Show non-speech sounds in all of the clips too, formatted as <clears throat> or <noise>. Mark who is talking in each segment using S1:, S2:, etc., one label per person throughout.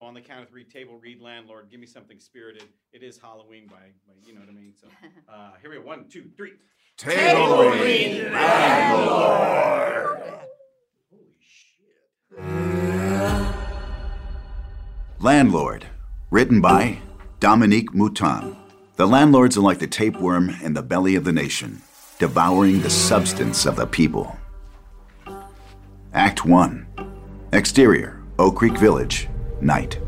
S1: on the count of three, table read landlord, give me something spirited. It is Halloween by, by you know what I mean. So uh, here we go. One, two, three.
S2: Tailoring
S3: Landlord, written by Dominique Mouton. The landlord's are like the tapeworm in the belly of the nation, devouring the substance of the people. Act 1 Exterior, Oak Creek Village, night.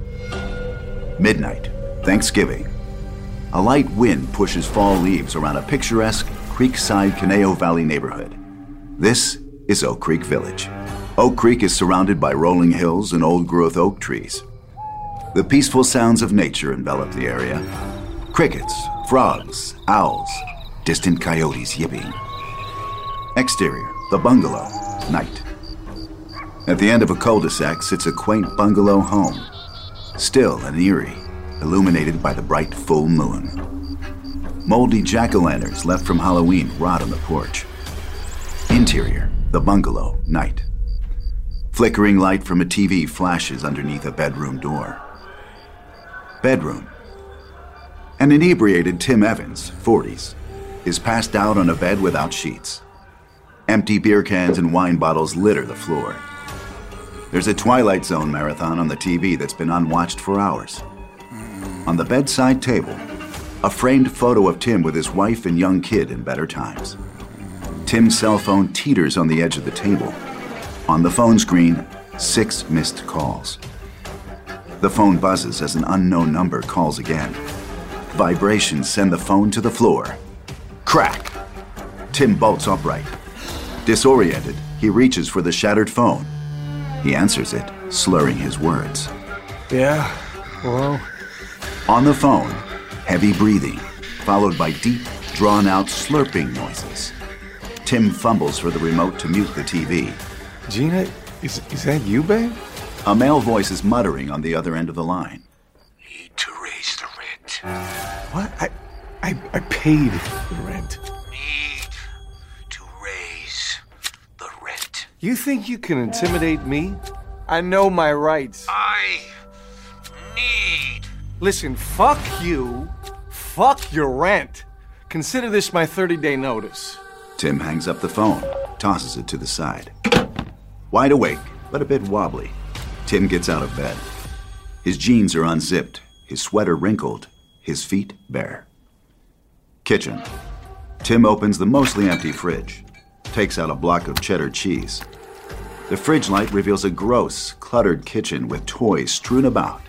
S3: Midnight, Thanksgiving. A light wind pushes fall leaves around a picturesque Creekside Caneo Valley neighborhood. This is Oak Creek Village. Oak Creek is surrounded by rolling hills and old growth oak trees. The peaceful sounds of nature envelop the area crickets, frogs, owls, distant coyotes yipping. Exterior, the bungalow, night. At the end of a cul de sac sits a quaint bungalow home, still and eerie, illuminated by the bright full moon. Moldy jack o' lanterns left from Halloween rot on the porch. Interior, the bungalow, night. Flickering light from a TV flashes underneath a bedroom door. Bedroom. An inebriated Tim Evans, 40s, is passed out on a bed without sheets. Empty beer cans and wine bottles litter the floor. There's a Twilight Zone marathon on the TV that's been unwatched for hours. On the bedside table, a framed photo of Tim with his wife and young kid in better times. Tim's cell phone teeters on the edge of the table. On the phone screen, six missed calls. The phone buzzes as an unknown number calls again. Vibrations send the phone to the floor. Crack! Tim bolts upright. Disoriented, he reaches for the shattered phone. He answers it, slurring his words.
S2: Yeah. Hello.
S3: On the phone, heavy breathing, followed by deep, drawn out slurping noises. Tim fumbles for the remote to mute the TV.
S2: Gina, is is that you, babe?
S3: A male voice is muttering on the other end of the line.
S4: Need to raise the rent.
S2: What? I I, I paid the rent.
S4: Need to raise the rent.
S2: You think you can intimidate me? I know my rights.
S4: I need
S2: Listen, fuck you. Fuck your rent. Consider this my 30-day notice.
S3: Tim hangs up the phone, tosses it to the side. Wide awake, but a bit wobbly, Tim gets out of bed. His jeans are unzipped, his sweater wrinkled, his feet bare. Kitchen. Tim opens the mostly empty fridge, takes out a block of cheddar cheese. The fridge light reveals a gross, cluttered kitchen with toys strewn about.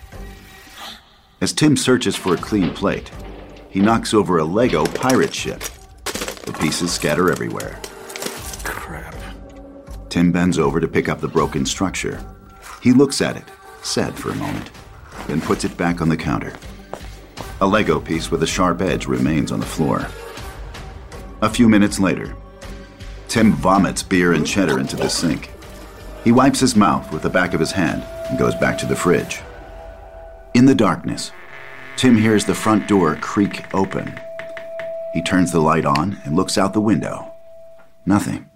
S3: As Tim searches for a clean plate, he knocks over a Lego pirate ship. The pieces scatter everywhere.
S2: Crap.
S3: Tim bends over to pick up the broken structure. He looks at it, sad for a moment, then puts it back on the counter. A Lego piece with a sharp edge remains on the floor. A few minutes later, Tim vomits beer and cheddar into the sink. He wipes his mouth with the back of his hand and goes back to the fridge. In the darkness, Tim hears the front door creak open. He turns the light on and looks out the window. Nothing.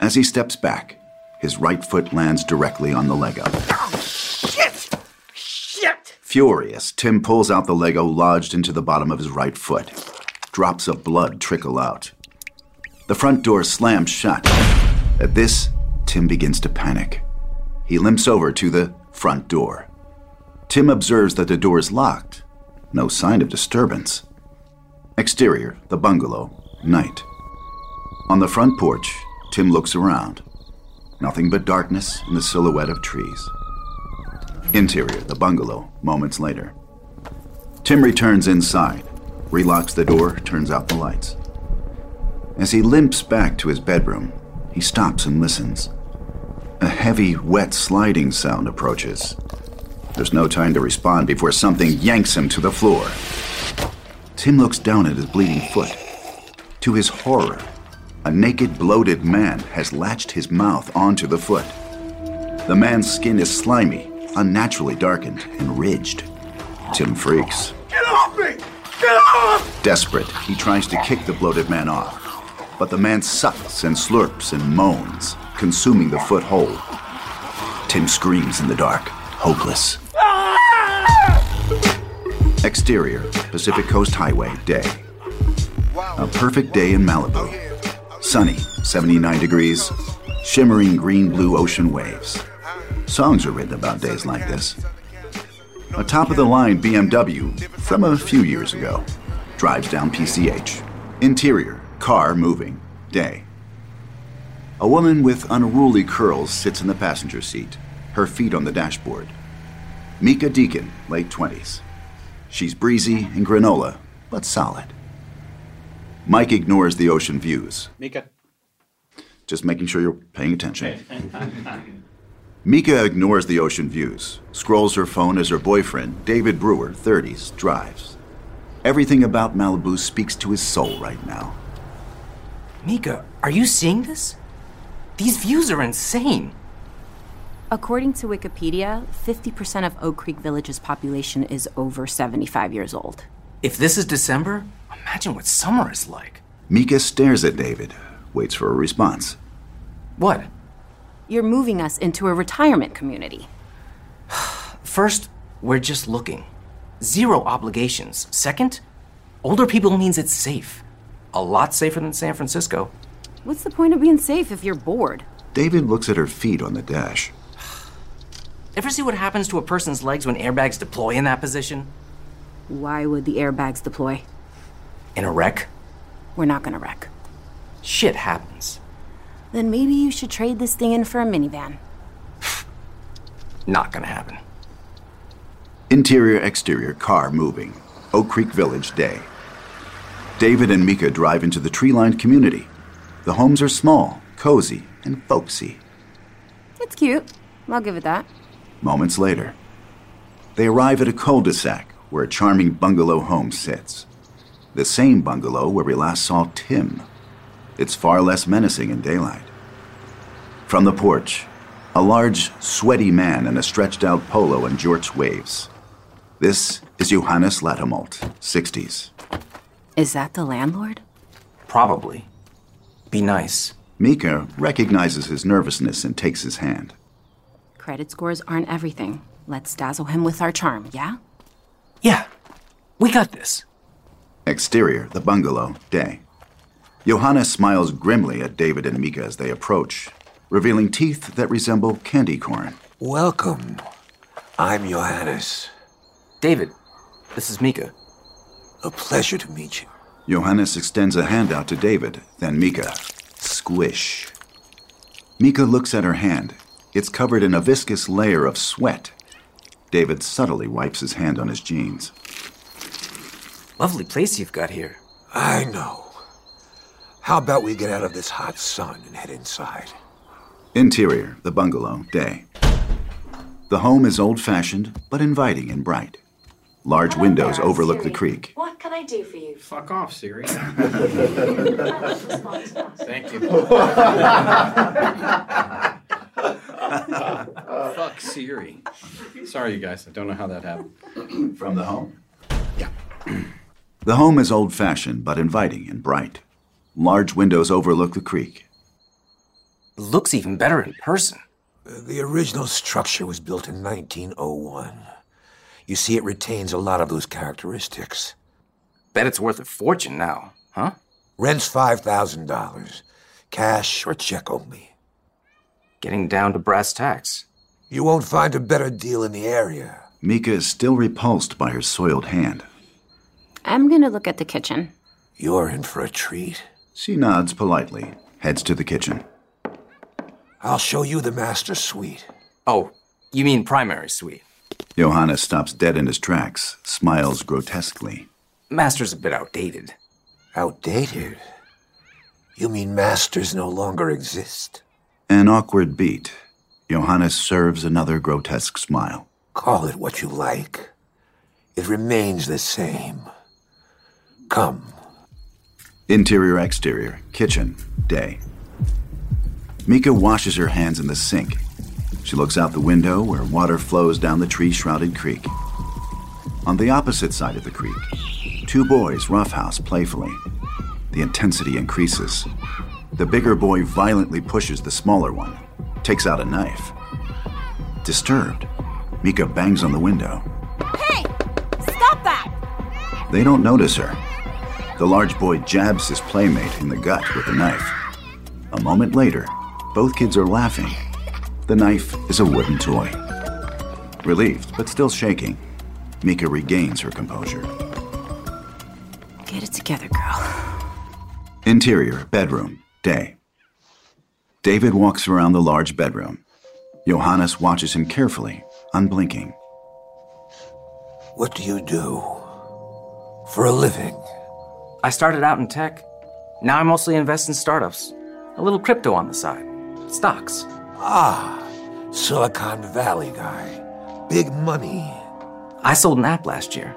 S3: As he steps back, his right foot lands directly on the Lego.
S4: shit. Shit.
S3: Furious, Tim pulls out the Lego lodged into the bottom of his right foot. Drops of blood trickle out. The front door slams shut. At this, Tim begins to panic. He limps over to the front door. Tim observes that the door is locked. No sign of disturbance. Exterior, the bungalow, night. On the front porch, Tim looks around. Nothing but darkness and the silhouette of trees. Interior, the bungalow, moments later. Tim returns inside, relocks the door, turns out the lights. As he limps back to his bedroom, he stops and listens. A heavy, wet sliding sound approaches. There's no time to respond before something yanks him to the floor. Tim looks down at his bleeding foot. To his horror, a naked, bloated man has latched his mouth onto the foot. The man's skin is slimy, unnaturally darkened, and ridged. Tim freaks.
S4: Get off me! Get off!
S3: Desperate, he tries to kick the bloated man off, but the man sucks and slurps and moans, consuming the foot whole. Tim screams in the dark, hopeless. Exterior, Pacific Coast Highway, day. A perfect day in Malibu. Sunny, 79 degrees, shimmering green blue ocean waves. Songs are written about days like this. A top of the line BMW from a few years ago drives down PCH. Interior, car moving, day. A woman with unruly curls sits in the passenger seat, her feet on the dashboard. Mika Deacon, late 20s. She's breezy and granola, but solid. Mike ignores the ocean views,
S1: Mika.
S3: just making sure you're paying attention. <laughs> Mika ignores the ocean views, scrolls her phone as her boyfriend, David Brewer, 30s, drives. Everything about Malibu speaks to his soul right now.
S5: Mika, are you seeing this? These views are insane.
S6: According to Wikipedia, 50% of Oak Creek Village's population is over 75 years old.
S5: If this is December, imagine what summer is like.
S3: Mika stares at David, waits for a response.
S5: What?
S6: You're moving us into a retirement community.
S5: First, we're just looking. Zero obligations. Second, older people means it's safe. A lot safer than San Francisco.
S6: What's the point of being safe if you're bored?
S3: David looks at her feet on the dash.
S5: Ever see what happens to a person's legs when airbags deploy in that position?
S6: Why would the airbags deploy?
S5: In a wreck?
S6: We're not gonna wreck.
S5: Shit happens.
S6: Then maybe you should trade this thing in for a minivan.
S5: Not gonna happen.
S3: Interior exterior car moving. Oak Creek Village day. David and Mika drive into the tree lined community. The homes are small, cozy, and folksy.
S6: It's cute. I'll give it that.
S3: Moments later, they arrive at a cul de sac where a charming bungalow home sits. The same bungalow where we last saw Tim. It's far less menacing in daylight. From the porch, a large, sweaty man in a stretched out polo and jorts waves. This is Johannes Latamolt, 60s.
S6: Is that the landlord?
S5: Probably. Be nice.
S3: Mika recognizes his nervousness and takes his hand.
S6: Credit scores aren't everything. Let's dazzle him with our charm, yeah?
S5: Yeah, we got this.
S3: Exterior, the bungalow, day. Johannes smiles grimly at David and Mika as they approach, revealing teeth that resemble candy corn.
S4: Welcome. I'm Johannes.
S5: David, this is Mika.
S4: A pleasure to meet you.
S3: Johannes extends a hand out to David, then Mika. Squish. Mika looks at her hand. It's covered in a viscous layer of sweat. David subtly wipes his hand on his jeans.
S5: Lovely place you've got here.
S4: I know. How about we get out of this hot sun and head inside?
S3: Interior, the bungalow, day. The home is old fashioned, but inviting and bright. Large windows overlook the creek.
S7: What can I do for you?
S1: Fuck off, <laughs> Siri. Thank you. <laughs> Fuck Siri. Sorry, you guys. I don't know how that happened.
S3: From the home? Yeah. <clears throat> the home is old fashioned, but inviting and bright. Large windows overlook the creek.
S5: Looks even better in person.
S4: The original structure was built in 1901. You see, it retains a lot of those characteristics.
S5: Bet it's worth a fortune now, huh?
S4: Rent's $5,000, cash or check only.
S5: Getting down to brass tacks.
S4: You won't find a better deal in the area.
S3: Mika is still repulsed by her soiled hand.
S6: I'm gonna look at the kitchen.
S4: You're in for a treat.
S3: She nods politely, heads to the kitchen.
S4: I'll show you the master suite.
S5: Oh, you mean primary suite.
S3: Johannes stops dead in his tracks, smiles grotesquely.
S5: Master's a bit outdated.
S4: Outdated? You mean masters no longer exist?
S3: An awkward beat. Johannes serves another grotesque smile.
S4: Call it what you like. It remains the same. Come.
S3: Interior, exterior, kitchen, day. Mika washes her hands in the sink. She looks out the window where water flows down the tree shrouded creek. On the opposite side of the creek, two boys roughhouse playfully. The intensity increases. The bigger boy violently pushes the smaller one, takes out a knife. Disturbed, Mika bangs on the window.
S7: Hey! Stop that!
S3: They don't notice her. The large boy jabs his playmate in the gut with a knife. A moment later, both kids are laughing. The knife is a wooden toy. Relieved, but still shaking, Mika regains her composure.
S6: Get it together, girl.
S3: Interior, bedroom, day. David walks around the large bedroom. Johannes watches him carefully, unblinking.
S4: What do you do? For a living?
S5: I started out in tech. Now I mostly invest in startups. A little crypto on the side. Stocks.
S4: Ah, Silicon Valley guy. Big money.
S5: I sold an app last year.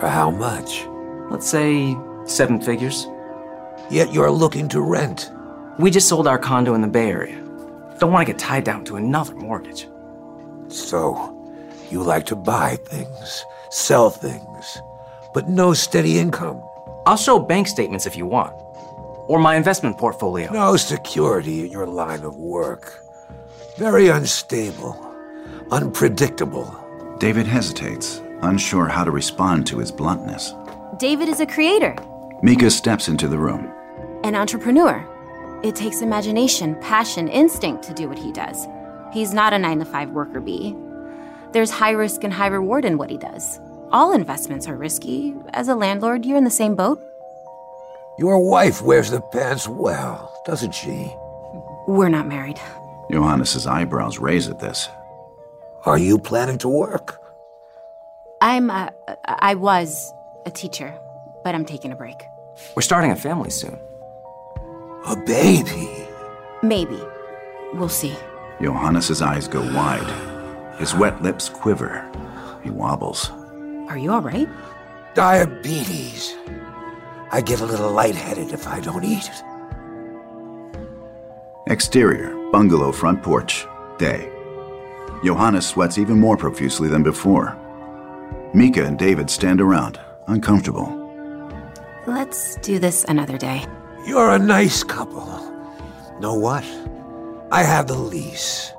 S4: For how much?
S5: Let's say seven figures.
S4: Yet you're looking to rent.
S5: We just sold our condo in the Bay Area. Don't want to get tied down to another mortgage.
S4: So, you like to buy things, sell things, but no steady income.
S5: I'll show bank statements if you want, or my investment portfolio.
S4: No security in your line of work. Very unstable, unpredictable.
S3: David hesitates, unsure how to respond to his bluntness.
S6: David is a creator,
S3: Mika steps into the room.
S6: an entrepreneur. It takes imagination, passion, instinct to do what he does. He's not a 9 to 5 worker bee. There's high risk and high reward in what he does. All investments are risky. As a landlord, you're in the same boat.
S4: Your wife wears the pants well, doesn't she?
S6: We're not married.
S3: Johannes's eyebrows raise at this.
S4: Are you planning to work?
S6: I'm a, I was a teacher, but I'm taking a break.
S5: We're starting a family soon.
S4: A baby?
S6: Maybe. We'll see.
S3: Johannes's eyes go wide. His wet lips quiver. He wobbles.
S6: Are you all right?
S4: Diabetes. I get a little lightheaded if I don't eat.
S3: Exterior, bungalow front porch, day. Johannes sweats even more profusely than before. Mika and David stand around, uncomfortable.
S6: Let's do this another day.
S4: You're a nice couple. Know what? I have the lease.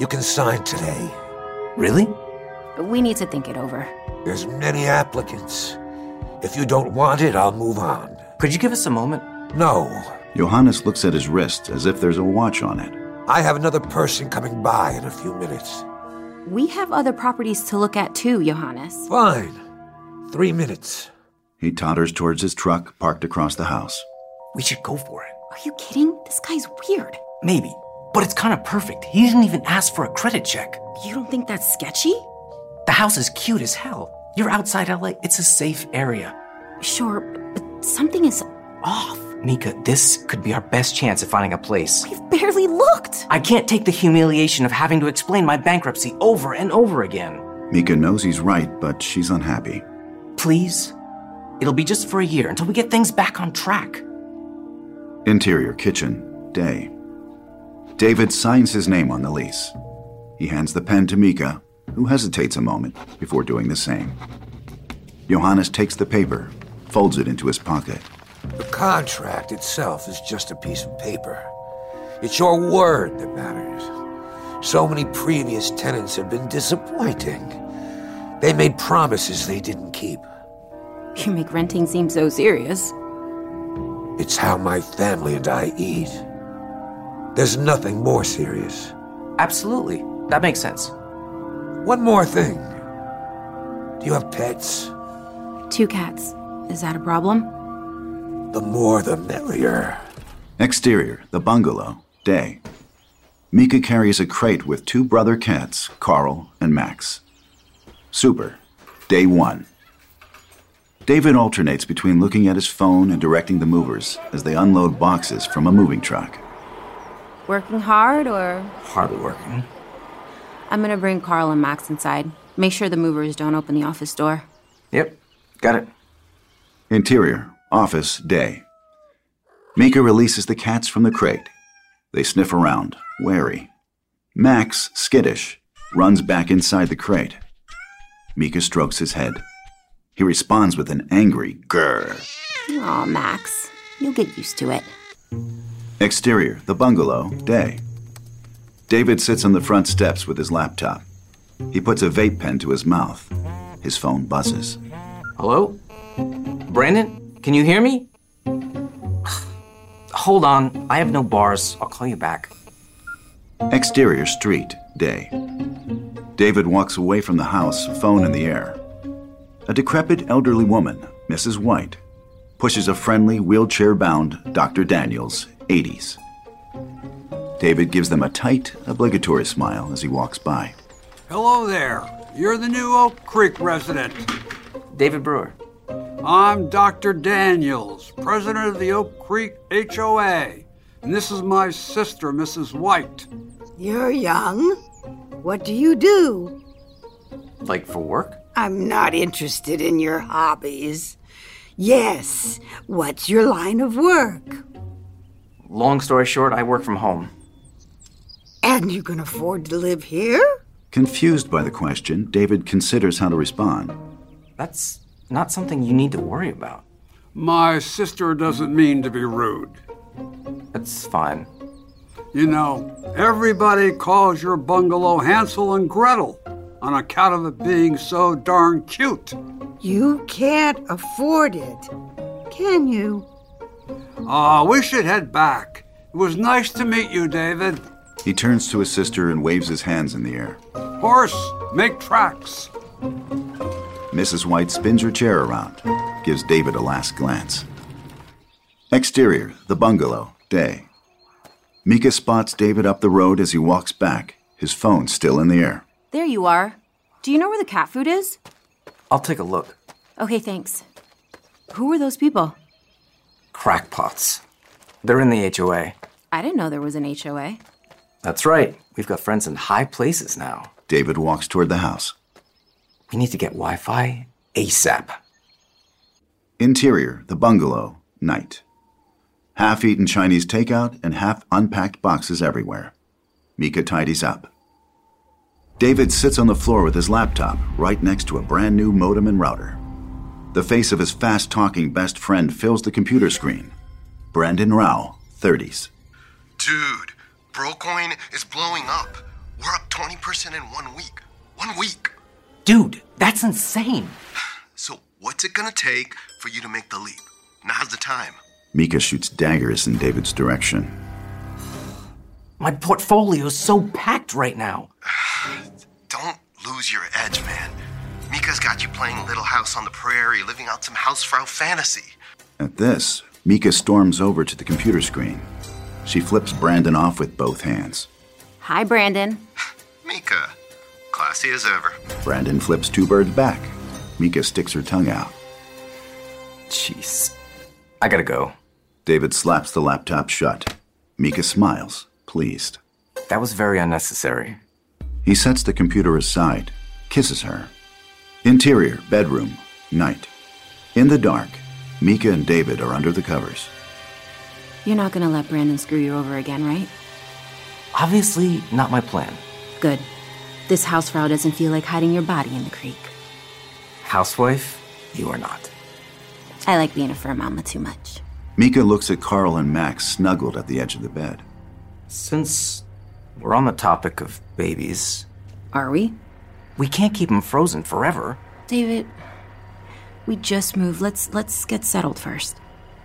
S4: You can sign today.
S5: Really?
S6: We need to think it over.
S4: There's many applicants. If you don't want it, I'll move on.
S5: Could you give us a moment?
S4: No,
S3: Johannes looks at his wrist as if there's a watch on it.
S4: I have another person coming by in a few minutes.
S6: We have other properties to look at too, Johannes.
S4: Fine. Three minutes.
S3: He totters towards his truck parked across the house.
S5: We should go for it.
S6: Are you kidding? This guy's weird.
S5: Maybe. But it's kind of perfect. He didn't even ask for a credit check.
S6: You don't think that's sketchy?
S5: The house is cute as hell. You're outside LA, it's a safe area.
S6: Sure, but something is off.
S5: Mika, this could be our best chance at finding a place.
S6: We've barely looked.
S5: I can't take the humiliation of having to explain my bankruptcy over and over again.
S3: Mika knows he's right, but she's unhappy.
S5: Please? It'll be just for a year until we get things back on track.
S3: Interior kitchen, day. David signs his name on the lease. He hands the pen to Mika, who hesitates a moment before doing the same. Johannes takes the paper, folds it into his pocket.
S4: The contract itself is just a piece of paper. It's your word that matters. So many previous tenants have been disappointing. They made promises they didn't keep.
S6: You make renting seem so serious.
S4: It's how my family and I eat. There's nothing more serious.
S5: Absolutely. That makes sense.
S4: One more thing. Do you have pets?
S6: Two cats. Is that a problem?
S4: The more the merrier.
S3: Exterior, the bungalow, day. Mika carries a crate with two brother cats, Carl and Max. Super, day one. David alternates between looking at his phone and directing the movers as they unload boxes from a moving truck.
S6: Working hard, or
S5: Hard working.
S6: I'm gonna bring Carl and Max inside. Make sure the movers don't open the office door.
S5: Yep. Got it.
S3: Interior, office, day. Mika releases the cats from the crate. They sniff around, wary. Max, skittish, runs back inside the crate. Mika strokes his head. He responds with an angry grr.
S6: Aw, Max, you'll get used to it.
S3: Exterior, the bungalow, day. David sits on the front steps with his laptop. He puts a vape pen to his mouth. His phone buzzes.
S5: Hello? Brandon, can you hear me? Hold on, I have no bars. I'll call you back.
S3: Exterior street, day. David walks away from the house, phone in the air. A decrepit elderly woman, Mrs. White, pushes a friendly, wheelchair bound Dr. Daniels, 80s. David gives them a tight, obligatory smile as he walks by.
S8: Hello there. You're the new Oak Creek resident.
S5: David Brewer.
S8: I'm Dr. Daniels, president of the Oak Creek HOA. And this is my sister, Mrs. White.
S9: You're young. What do you do?
S5: Like for work?
S9: I'm not interested in your hobbies. Yes, what's your line of work?
S5: Long story short, I work from home.
S9: And you can afford to live here?
S3: Confused by the question, David considers how to respond.
S5: That's not something you need to worry about.
S8: My sister doesn't mean to be rude.
S5: That's fine.
S8: You know, everybody calls your bungalow Hansel and Gretel on account of it being so darn cute.
S9: You can't afford it. Can you?
S8: Ah, we should head back. It was nice to meet you, David.
S3: He turns to his sister and waves his hands in the air.
S8: Horse, make tracks.
S3: Mrs. White spins her chair around, gives David a last glance. Exterior, the bungalow, day. Mika spots David up the road as he walks back, his phone still in the air.
S6: There you are. Do you know where the cat food is?
S5: I'll take a look.
S6: Okay, thanks. Who were those people?
S5: Crackpots. They're in the HOA.
S6: I didn't know there was an HOA.
S5: That's right. We've got friends in high places now.
S3: David walks toward the house.
S5: We need to get Wi Fi ASAP.
S3: Interior, the bungalow, night. Half eaten Chinese takeout and half unpacked boxes everywhere. Mika tidies up. David sits on the floor with his laptop right next to a brand new modem and router. The face of his fast talking best friend fills the computer screen. Brandon Rao, 30s.
S10: Dude, Brocoin is blowing up. We're up 20% in one week. One week.
S5: Dude, that's insane.
S10: So, what's it gonna take for you to make the leap? Now's the time.
S3: Mika shoots daggers in David's direction.
S5: My portfolio's so packed right now.
S10: Don't lose your edge, man. Mika's got you playing Little House on the Prairie, living out some housefrau fantasy.
S3: At this, Mika storms over to the computer screen. She flips Brandon off with both hands.
S6: Hi, Brandon.
S10: Mika, classy as ever.
S3: Brandon flips two birds back. Mika sticks her tongue out.
S5: Jeez. I gotta go.
S3: David slaps the laptop shut. Mika smiles, pleased.
S5: That was very unnecessary.
S3: He sets the computer aside, kisses her. Interior, bedroom, night. In the dark, Mika and David are under the covers.
S6: You're not gonna let Brandon screw you over again, right?
S5: Obviously, not my plan.
S6: Good. This housefrau doesn't feel like hiding your body in the creek.
S5: Housewife, you are not.
S6: I like being a fur mama too much.
S3: Mika looks at Carl and Max snuggled at the edge of the bed.
S5: Since we're on the topic of babies,
S6: Are we?
S5: we can't keep them frozen forever.
S6: David, we just moved. Let's let's get settled first.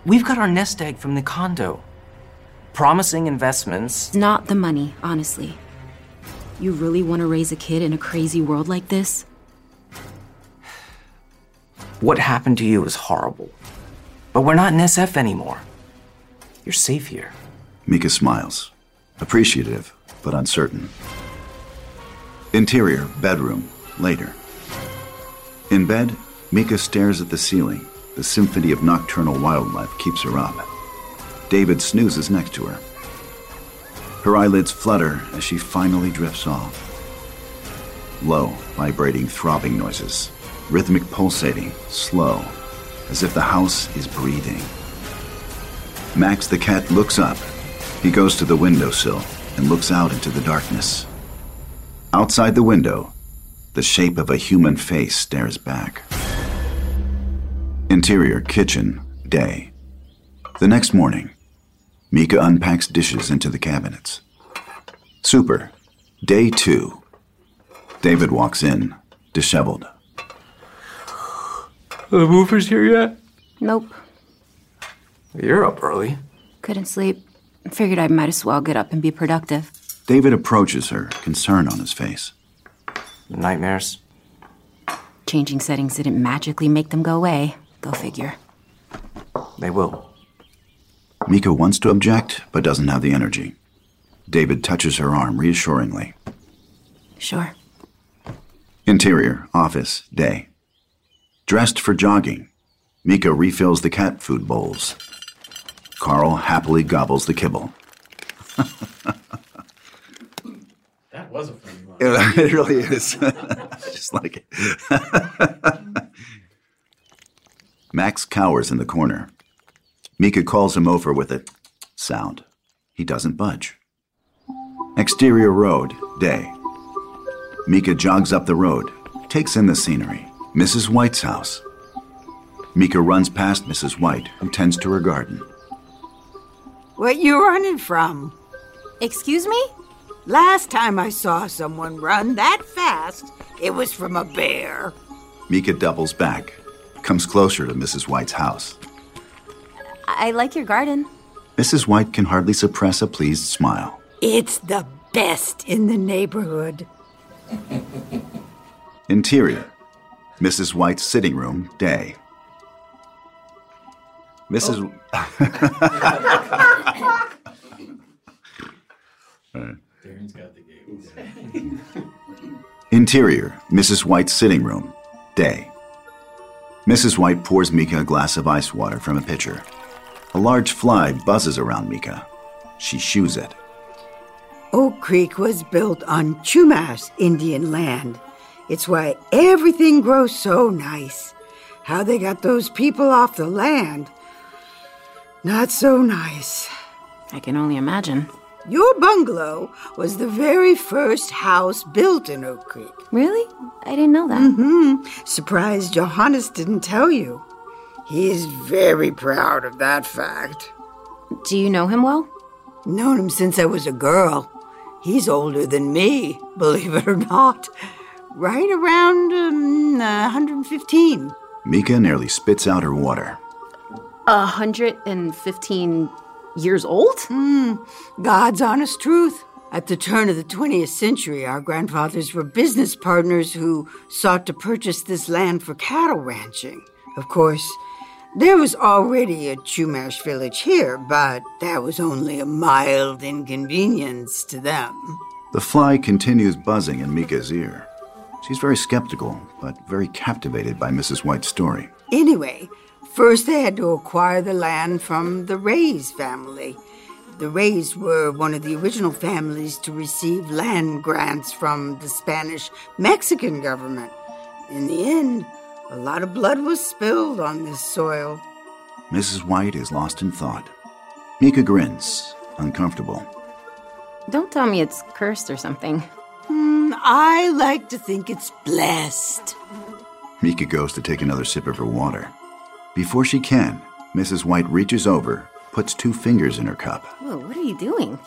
S5: We've got our nest egg from the condo. Promising investments.
S6: It's not the money, honestly. You really want to raise a kid in a crazy world like this?
S5: What happened to you is horrible. But we're not in SF anymore. You're safe here.
S3: Mika smiles, appreciative but uncertain. Interior, bedroom, later. In bed, Mika stares at the ceiling. The symphony of nocturnal wildlife keeps her up. David snoozes next to her. Her eyelids flutter as she finally drifts off. Low, vibrating, throbbing noises, rhythmic pulsating, slow. as if the house is breathing. Max the cat looks up. He goes to the windowsill and looks out into the darkness. Outside the window, the shape of a human face stares back. Interior kitchen, day. The next morning, Mika unpacks dishes into the cabinets. Super, day two. David walks in, disheveled.
S5: The movers here yet?
S6: Nope.
S5: You're up early.
S6: Couldn't sleep. Figured I might as well get up and be productive.
S3: David approaches her, concern on his face.
S5: Nightmares?
S6: Changing settings didn't magically make them go away. Go figure.
S5: They will.
S3: Mika wants to object, but doesn't have the energy. David touches her arm reassuringly.
S6: Sure.
S3: Interior, office, day. Dressed for jogging, Mika refills the cat food bowls. Carl happily gobbles the kibble.
S1: That was a funny one.
S3: <laughs> It, it really is. <laughs> I just like it. <laughs> Max cowers in the corner. Mika calls him over with a sound. He doesn't budge. Exterior road, day. Mika jogs up the road, takes in the scenery. Mrs. White's house. Mika runs past Mrs. White, who tends to her garden.
S9: What you running from?
S7: Excuse me?
S9: Last time I saw someone run that fast, it was from a bear.
S3: Mika doubles back, comes closer to Mrs. White's house.
S6: I like your garden.
S3: Mrs. White can hardly suppress a pleased smile.
S9: It's the best in the neighborhood.
S3: Interior Mrs. White's sitting room, day. Mrs. <laughs>
S1: Darren's got the game.
S3: Interior, Mrs. White's sitting room, day. Mrs. White pours Mika a glass of ice water from a pitcher. A large fly buzzes around Mika. She shoos it.
S9: Oak Creek was built on Chumash Indian land. It's why everything grows so nice. How they got those people off the land. Not so nice.
S6: I can only imagine.
S9: Your bungalow was the very first house built in Oak Creek.
S6: Really? I didn't know that.
S9: Mm-hmm. Surprised Johannes didn't tell you. He is very proud of that fact.
S6: Do you know him well?
S9: Known him since I was a girl. He's older than me, <laughs> believe it or not right around um, 115.
S3: Mika nearly spits out her water.
S6: 115 years old?
S9: Mm, God's honest truth. At the turn of the 20th century, our grandfathers were business partners who sought to purchase this land for cattle ranching. Of course, there was already a Chumash village here, but that was only a mild inconvenience to them.
S3: The fly continues buzzing in Mika's ear. She's very skeptical, but very captivated by Mrs. White's story.
S9: Anyway, first they had to acquire the land from the Rays family. The Rays were one of the original families to receive land grants from the Spanish Mexican government. In the end, a lot of blood was spilled on this soil.
S3: Mrs. White is lost in thought. Mika grins, uncomfortable.
S6: Don't tell me it's cursed or something.
S9: Hmm, I like to think it's blessed.
S3: Mika goes to take another sip of her water. Before she can, Mrs. White reaches over, puts two fingers in her cup.
S6: Whoa, what are you doing?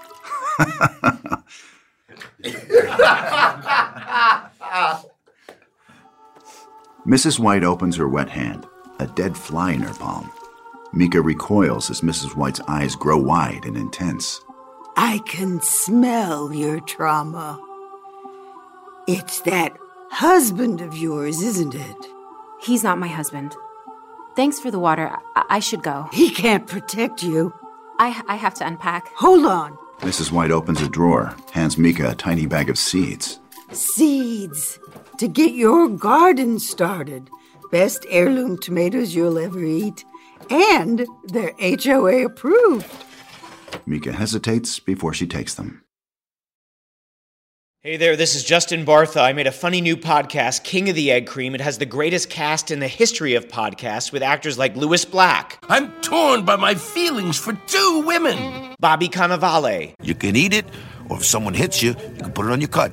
S3: Mrs. White opens her wet hand, a dead fly in her palm. Mika recoils as Mrs. White's eyes grow wide and intense.
S9: I can smell your trauma. It's that husband of yours, isn't it?
S6: He's not my husband. Thanks for the water. I, I should go.
S9: He can't protect you.
S6: I, I have to unpack.
S9: Hold on.
S3: Mrs. White opens a drawer, hands Mika a tiny bag of seeds.
S9: Seeds to get your garden started. Best heirloom tomatoes you'll ever eat. And they're HOA approved.
S3: Mika hesitates before she takes them.
S11: Hey there, this is Justin Bartha. I made a funny new podcast, King of the Egg Cream. It has the greatest cast in the history of podcasts with actors like Louis Black. I'm torn by my feelings for two women. Bobby Cannavale.
S12: You can eat it, or if someone hits you, you can put it on your cut.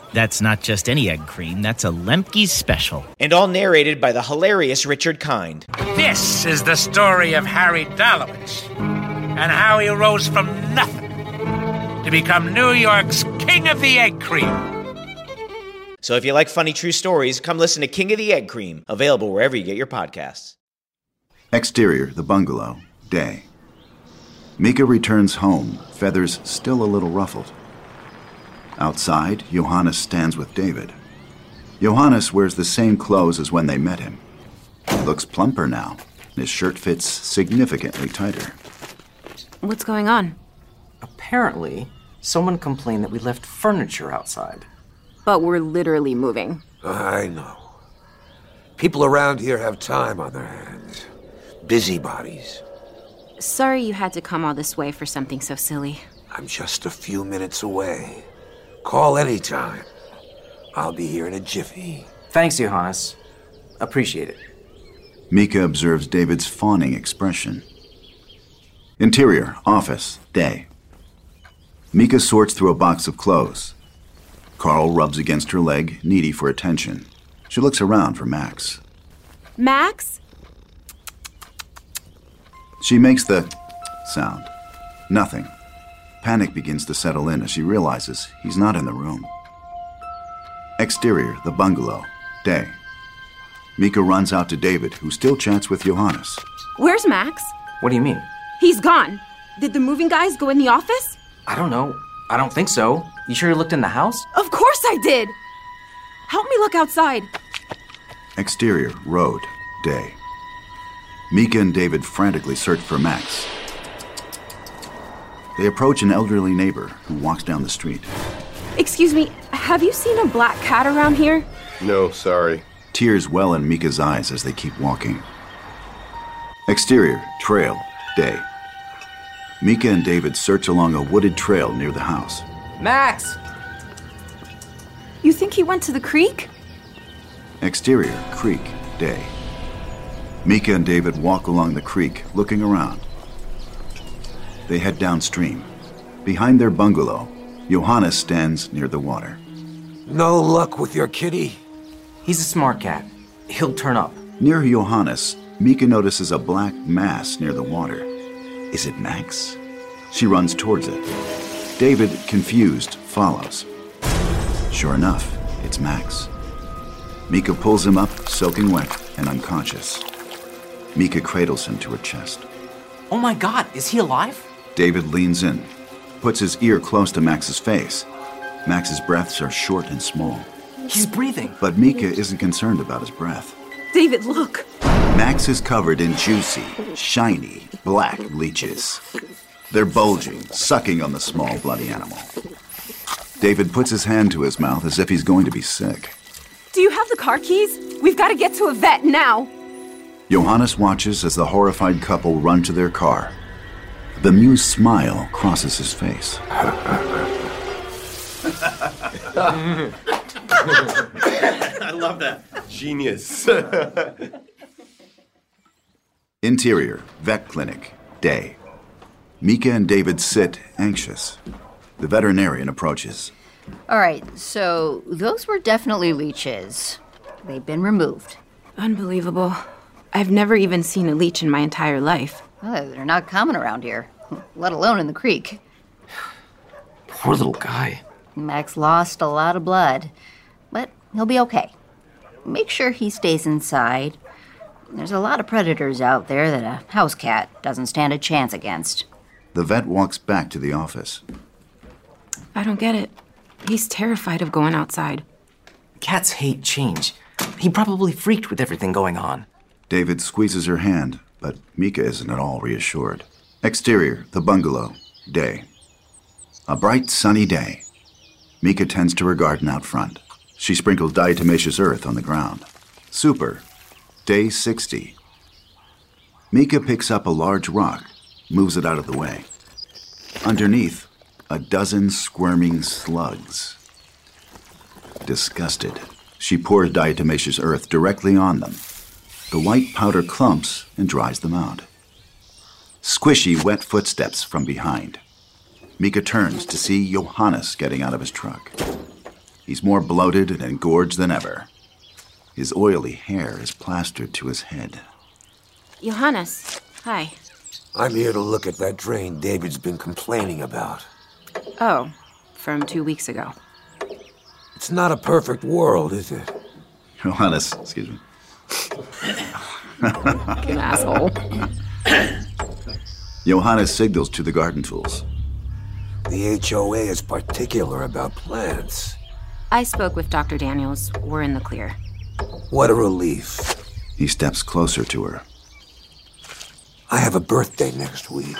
S13: That's not just any egg cream, that's a Lemke's special.
S11: And all narrated by the hilarious Richard Kind.
S14: This is the story of Harry Dalowitz and how he rose from nothing to become New York's King of the Egg Cream.
S11: So if you like funny true stories, come listen to King of the Egg Cream, available wherever you get your podcasts.
S3: Exterior, the bungalow, day. Mika returns home, feathers still a little ruffled. Outside, Johannes stands with David. Johannes wears the same clothes as when they met him. He looks plumper now, and his shirt fits significantly tighter.
S6: What's going on?
S5: Apparently, someone complained that we left furniture outside.
S6: But we're literally moving.
S4: I know. People around here have time on their hands. Busybodies.
S6: Sorry you had to come all this way for something so silly.
S4: I'm just a few minutes away. Call anytime. I'll be here in a jiffy.
S5: Thanks, Johannes. Appreciate it.
S3: Mika observes David's fawning expression. Interior, office, day. Mika sorts through a box of clothes. Carl rubs against her leg, needy for attention. She looks around for Max.
S6: Max?
S3: She makes the sound. Nothing. Panic begins to settle in as she realizes he's not in the room. Exterior, the bungalow, day. Mika runs out to David, who still chats with Johannes.
S6: Where's Max?
S5: What do you mean?
S6: He's gone. Did the moving guys go in the office?
S5: I don't know. I don't think so. You sure you looked in the house?
S6: Of course I did! Help me look outside.
S3: Exterior, road, day. Mika and David frantically search for Max. They approach an elderly neighbor who walks down the street.
S6: Excuse me, have you seen a black cat around here?
S3: No, sorry. Tears well in Mika's eyes as they keep walking. Exterior, trail, day. Mika and David search along a wooded trail near the house.
S5: Max!
S6: You think he went to the creek?
S3: Exterior, creek, day. Mika and David walk along the creek, looking around. They head downstream. Behind their bungalow, Johannes stands near the water.
S4: No luck with your kitty.
S5: He's a smart cat. He'll turn up.
S3: Near Johannes, Mika notices a black mass near the water. Is it Max? She runs towards it. David, confused, follows. Sure enough, it's Max. Mika pulls him up, soaking wet and unconscious. Mika cradles him to her chest.
S5: Oh my god, is he alive?
S3: David leans in, puts his ear close to Max's face. Max's breaths are short and small.
S5: He's breathing.
S3: But Mika isn't concerned about his breath.
S6: David, look.
S3: Max is covered in juicy, shiny, black leeches. They're bulging, sucking on the small, bloody animal. David puts his hand to his mouth as if he's going to be sick.
S6: Do you have the car keys? We've got to get to a vet now.
S3: Johannes watches as the horrified couple run to their car. The amused smile crosses his face.
S1: I love that.
S10: Genius.
S3: Interior, vet clinic, day. Mika and David sit, anxious. The veterinarian approaches.
S15: All right, so those were definitely leeches. They've been removed.
S6: Unbelievable. I've never even seen a leech in my entire life.
S15: Well, Oh, they're not common around here, let alone in the creek.
S5: Poor little guy.
S15: Max lost a lot of blood, but he'll be okay. Make sure he stays inside. There's a lot of predators out there that a house cat doesn't stand a chance against.
S3: The vet walks back to the office.
S6: I don't get it. He's terrified of going outside.
S5: Cats hate change. He probably freaked with everything going on.
S3: David squeezes her hand, but Mika isn't at all reassured. Exterior, the bungalow, day. A bright, sunny day. Mika tends to her garden out front. She sprinkles diatomaceous earth on the ground. Super, day 60. Mika picks up a large rock, moves it out of the way. Underneath, a dozen squirming slugs. Disgusted, she pours diatomaceous earth directly on them. The white powder clumps and dries them out. Squishy, wet footsteps from behind. Mika turns to see Johannes getting out of his truck. He's more bloated and engorged than ever. His oily hair is plastered to his head. <laughs>
S6: Johannes, hi.
S4: I'm here to look at that drain David's been complaining about.
S6: Oh, from two weeks ago.
S4: It's not a perfect world, is it?
S3: Johannes, excuse me.
S6: Fucking asshole.
S3: Johannes signals to the garden tools.
S4: The HOA is particular about plants.
S6: I spoke with Dr. Daniels. We're in the clear.
S4: What a relief.
S3: He steps closer to her.
S4: I have a birthday next week.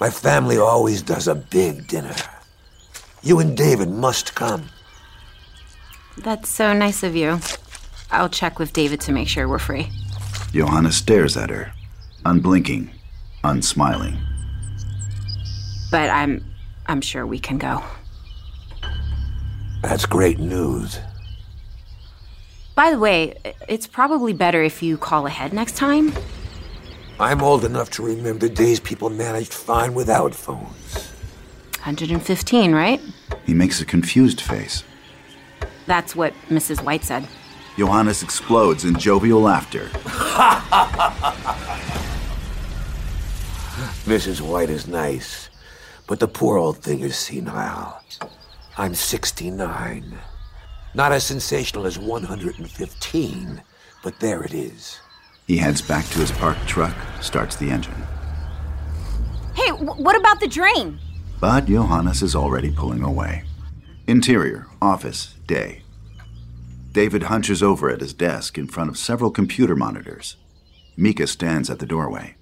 S4: My family always does a big dinner. You and David must come.
S6: That's so nice of you. I'll check with David to make sure we're free.
S3: Johannes stares at her, unblinking, unsmiling.
S6: But I'm I'm sure we can go.
S4: That's great news.
S6: By the way, i- it's probably better if you call ahead next time.
S4: I'm old enough to remember days people managed fine without phones.
S6: 115, right?
S3: He makes a confused face.
S6: That's what Mrs. White said.
S3: Johannes explodes in jovial laughter.
S4: Mrs. White is nice, but the poor old thing is senile. I'm 69. Not as sensational as 115, but there it is.
S3: He heads back to his parked truck, starts the engine.
S7: Hey, wh- what about the drain?
S3: But Johannes is already pulling away. Interior, office, day. David hunches over at his desk in front of several computer monitors. Mika stands at the doorway.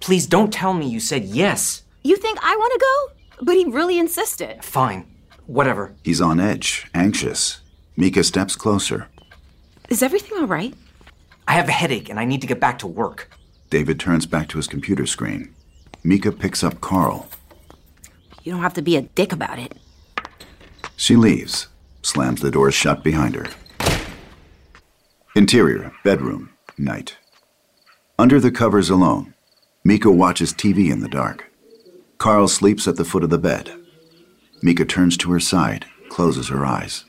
S5: Please don't tell me you said yes.
S6: You think I want to go? But he really insisted.
S5: Fine. Whatever.
S3: He's on edge, anxious. Mika steps closer.
S6: Is everything all right?
S5: I have a headache and I need to get back to work.
S3: David turns back to his computer screen. Mika picks up Carl.
S6: You don't have to be a dick about it.
S3: She leaves, slams the door shut behind her. Interior, bedroom, night. Under the covers alone, Mika watches TV in the dark. Carl sleeps at the foot of the bed. Mika turns to her side, closes her eyes.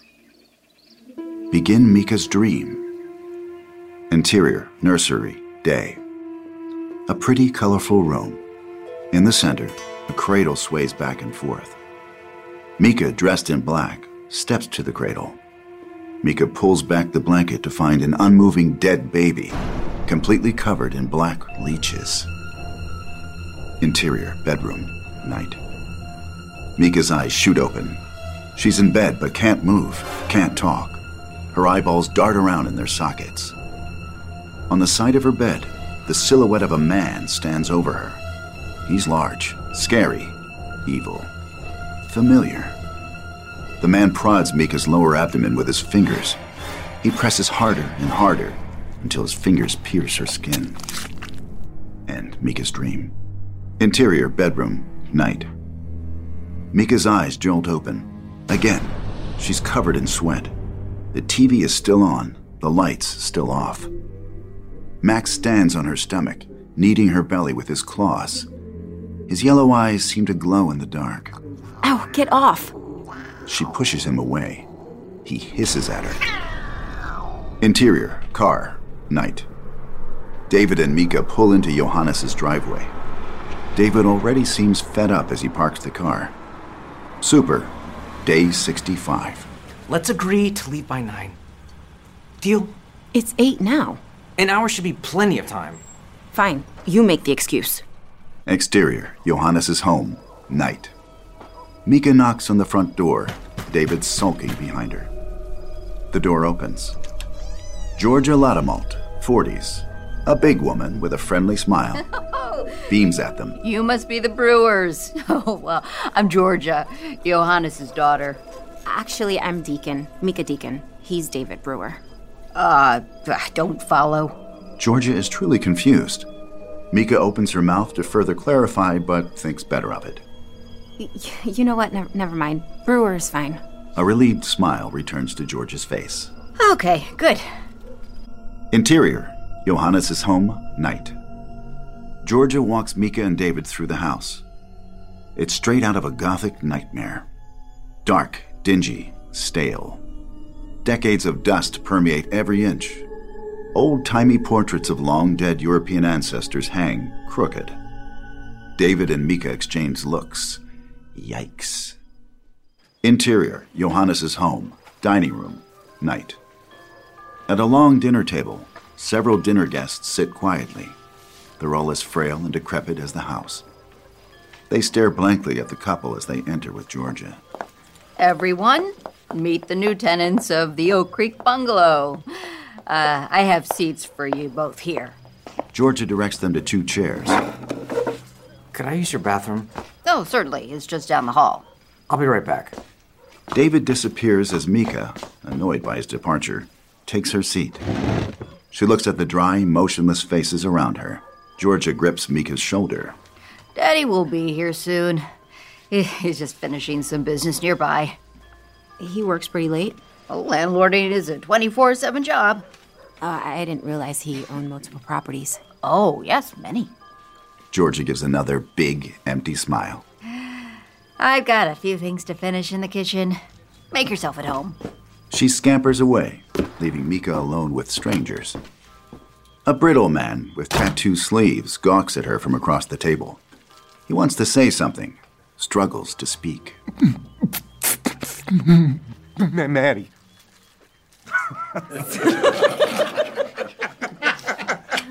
S3: Begin Mika's dream. Interior, nursery, day. A pretty, colorful room. In the center, a cradle sways back and forth. Mika, dressed in black, steps to the cradle. Mika pulls back the blanket to find an unmoving dead baby, completely covered in black leeches. Interior, bedroom, night. Mika's eyes shoot open. She's in bed but can't move, can't talk. Her eyeballs dart around in their sockets. On the side of her bed, the silhouette of a man stands over her. He's large, scary, evil familiar. The man prods Mika's lower abdomen with his fingers. He presses harder and harder until his fingers pierce her skin. And Mika's dream. Interior bedroom, night. Mika's eyes jolt open. Again, she's covered in sweat. The TV is still on, the lights still off. Max stands on her stomach, kneading her belly with his claws. His yellow eyes seem to glow in the dark.
S6: Ow, Oh, get off.
S3: She pushes him away. He hisses at her. Interior, car, night. David and Mika pull into Johannes' driveway. David already seems fed up as he parks the car. Super, day 65.
S5: Let's agree to leave by nine. Deal?
S6: It's eight now.
S5: An hour should be plenty of time.
S6: Fine. You make the excuse.
S3: Exterior, Johannes' home, night. Mika knocks on the front door, David sulking behind her. The door opens. Georgia Latimalt, 40s, a big woman with a friendly smile.
S16: Oh,
S3: beams at them.
S15: You must be the Brewers. <laughs> Oh, well, I'm Georgia, Johannes's daughter.
S6: Actually, I'm Deacon, Mika Deacon. He's David Brewer.
S15: Uh, I don't follow.
S3: Georgia is truly confused. Mika opens her mouth to further clarify, but thinks better of it.
S6: Y- you know what? Never, never mind. Brewer's fine.
S3: A relieved smile returns to Georgia's face.
S15: Okay, good.
S3: Interior Johannes's home, night. Georgia walks Mika and David through the house. It's straight out of a gothic nightmare. Dark, dingy, stale. Decades of dust permeate every inch. Old timey portraits of long dead European ancestors hang crooked. David and Mika exchange looks. Yikes. Interior Johannes's home, dining room, night. At a long dinner table, several dinner guests sit quietly. They're all as frail and decrepit as the house. They stare blankly at the couple as they enter with Georgia.
S15: Everyone, meet the new tenants of the Oak Creek Bungalow. Uh, I have seats for you both here.
S3: Georgia directs them to two chairs.
S5: Could I use your bathroom?
S15: Oh, certainly. It's just down the hall.
S5: I'll be right back.
S3: David disappears as Mika, annoyed by his departure, takes her seat. She looks at the dry, motionless faces around her. Georgia grips Mika's shoulder.
S15: Daddy will be here soon. <laughs> He- He's just finishing some business nearby.
S6: He works pretty late.
S15: Oh, landlording is a 24 7 job.
S6: Uh, I didn't realize he owned multiple properties.
S15: Oh, yes, many.
S3: Georgia gives another big, empty smile.
S15: I've got a few things to finish in the kitchen. Make yourself at home.
S3: She scampers away, leaving Mika alone with strangers. A brittle man with tattoo sleeves gawks at her from across the table. He wants to say something, struggles to speak.
S2: <laughs> Ma- Maddie.
S1: <laughs>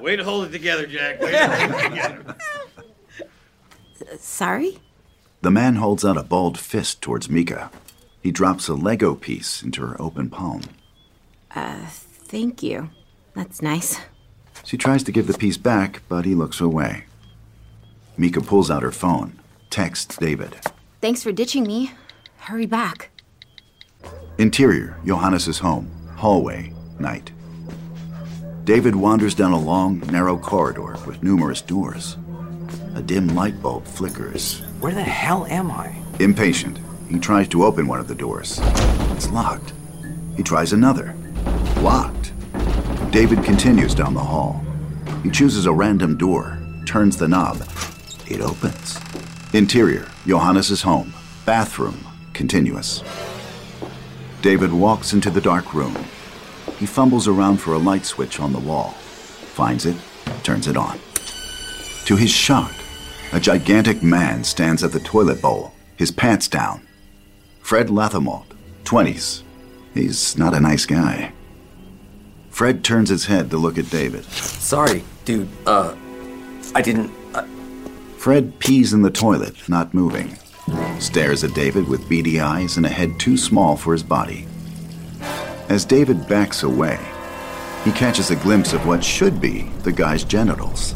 S1: Way to hold it together, Jack. Way to hold it together.
S6: Sorry?
S3: The man holds out a balled fist towards Mika. He drops a Lego piece into her open palm.
S6: Uh, thank you. That's nice.
S3: She tries to give the piece back, but he looks away. Mika pulls out her phone, texts David.
S6: Thanks for ditching me. Hurry back.
S3: Interior, Johannes's home. Hallway, night. David wanders down a long, narrow corridor with numerous doors. A dim light bulb flickers.
S5: Where the hell am I?
S3: Impatient, he tries to open one of the doors. It's locked. He tries another. Locked. David continues down the hall. He chooses a random door, turns the knob. It opens. Interior, Johannes's home. Bathroom, continuous. David walks into the dark room. He fumbles around for a light switch on the wall, finds it, turns it on. To his shock, a gigantic man stands at the toilet bowl, his pants down. Fred Lathemont, 20s. He's not a nice guy. Fred turns his head to look at David.
S5: Sorry, dude. Uh, I didn't.
S3: Fred pees in the toilet, not moving. Stares at David with beady eyes and a head too small for his body. As David backs away, he catches a glimpse of what should be the guy's genitals.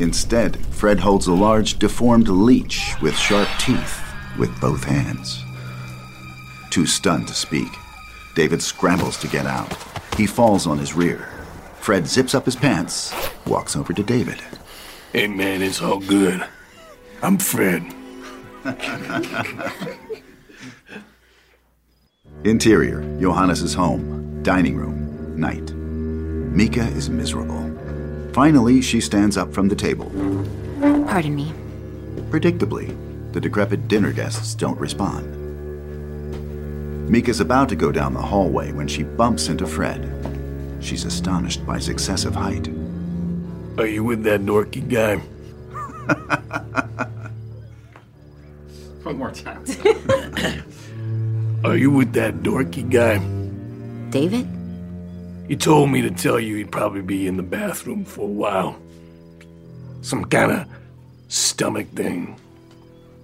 S3: Instead, Fred holds a large, deformed leech with sharp teeth with both hands. Too stunned to speak, David scrambles to get out. He falls on his rear. Fred zips up his pants, walks over to David.
S12: Hey man, it's all good. I'm Fred.
S3: Interior, Johannes's home, dining room, night. Mika is miserable. Finally, she stands up from the table.
S6: Pardon me.
S3: Predictably, the decrepit dinner guests don't respond. Mika's about to go down the hallway when she bumps into Fred. She's astonished by his excessive height.
S12: Are you with that dorky guy?
S1: One more time.
S12: Are you with that dorky guy?
S6: David?
S12: He told me to tell you he'd probably be in the bathroom for a while. Some kind of stomach thing.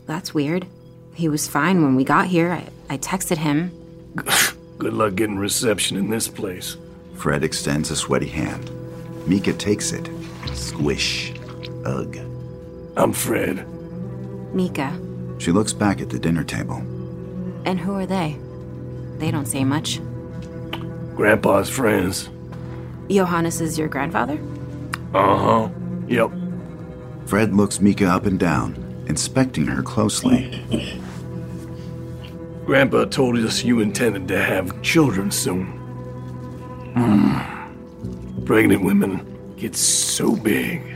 S6: That's weird. He was fine when we got here. I, I texted him.
S12: Good luck getting reception in this place.
S3: Fred extends a sweaty hand. Mika takes it. Squish. Ugh.
S12: I'm Fred.
S6: Mika.
S3: She looks back at the dinner table.
S6: And who are they? They don't say much.
S12: Grandpa's friends.
S6: Johannes is your grandfather?
S12: Uh huh. Yep.
S3: Fred looks Mika up and down, inspecting her closely.
S12: Grandpa told us you intended to have children soon. Hmm. Pregnant women get so big.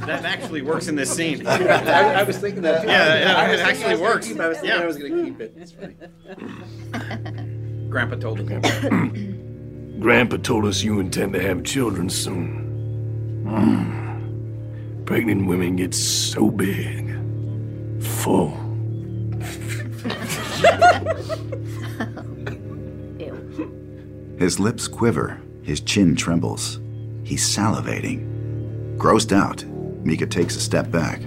S1: That actually works in this
S17: <laughs>
S1: scene.
S17: I, I was thinking that. too.
S1: Yeah,
S17: I
S1: yeah,
S17: was
S1: it
S17: thinking I
S1: actually
S17: was gonna
S1: works.
S17: keep it. I was thinking
S1: Yeah.
S17: I was going to keep it. That's funny.
S1: Grandpa told him.
S12: Grandpa told us you intend to have children soon. Hmm. Pregnant women get so big. Full.
S3: His lips quiver, his chin trembles. He's salivating. Grossed out, Mika takes a step back.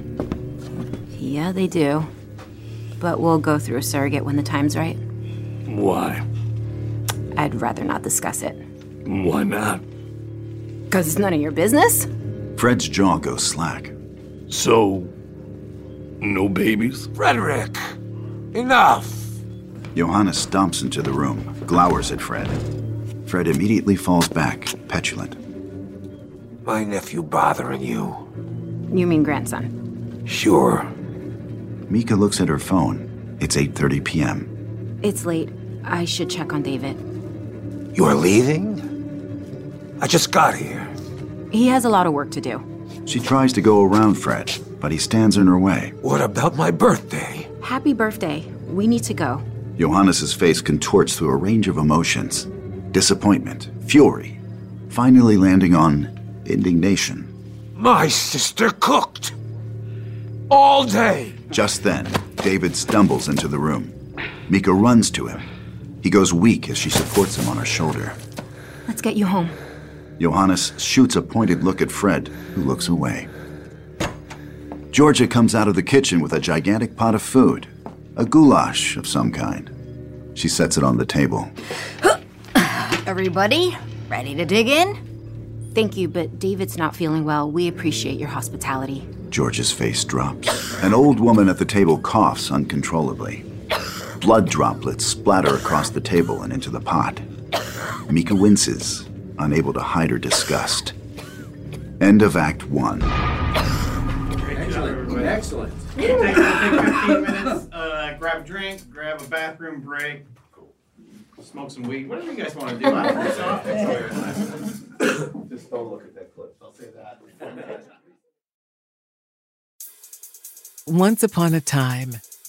S6: Yeah, they do. But we'll go through a surrogate when the time's right.
S12: Why?
S6: I'd rather not discuss it.
S12: Why not?
S6: Because it's none of your business?
S3: Fred's jaw goes slack.
S12: So, no babies?
S4: Frederick! Enough!
S3: Johannes stomps into the room, glowers at Fred. Fred immediately falls back, petulant.
S4: My nephew bothering you.
S6: You mean grandson.
S4: Sure.
S3: Mika looks at her phone. It's 8:30 p.m.
S6: It's late. I should check on David.
S4: You are leaving? I just got here.
S6: He has a lot of work to do.
S3: She tries to go around Fred, but he stands in her way.
S4: What about my birthday?
S6: Happy birthday. We need to go.
S3: Johannes's face contorts through a range of emotions: disappointment, fury, finally landing on indignation.
S4: My sister cooked. All day.
S3: Just then, David stumbles into the room. Mika runs to him. He goes weak as she supports him on her shoulder.
S6: Let's get you home.
S3: Johannes shoots a pointed look at Fred, who looks away. Georgia comes out of the kitchen with a gigantic pot of food, a goulash of some kind. She sets it on the table.
S15: Everybody, ready to dig in?
S6: Thank you, but David's not feeling well. We appreciate your hospitality.
S3: Georgia's face drops. An old woman at the table coughs uncontrollably. Blood droplets splatter across the table and into the pot. Mika winces, unable to hide her disgust. End of Act 1.
S17: Excellent. Excellent.
S1: Take, take 15 minutes, uh, grab a drink, grab a bathroom break, smoke some weed, whatever you guys want to do. I don't know.
S17: Just don't look at that clip. I'll say that.
S18: Once upon a time,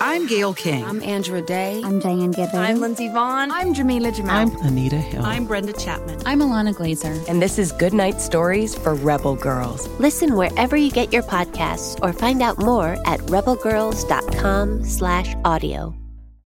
S18: I'm Gail King. I'm
S19: Andrea Day. I'm Diane Gibbons. I'm Lindsay Vaughn. I'm Jamila Jamal.
S18: I'm Anita Hill.
S19: Brenda Chapman. I'm Alana Glazer.
S20: And this is Goodnight Stories for Rebel Girls.
S21: Listen wherever you get your podcasts or find out more at rebelgirls.com slash audio.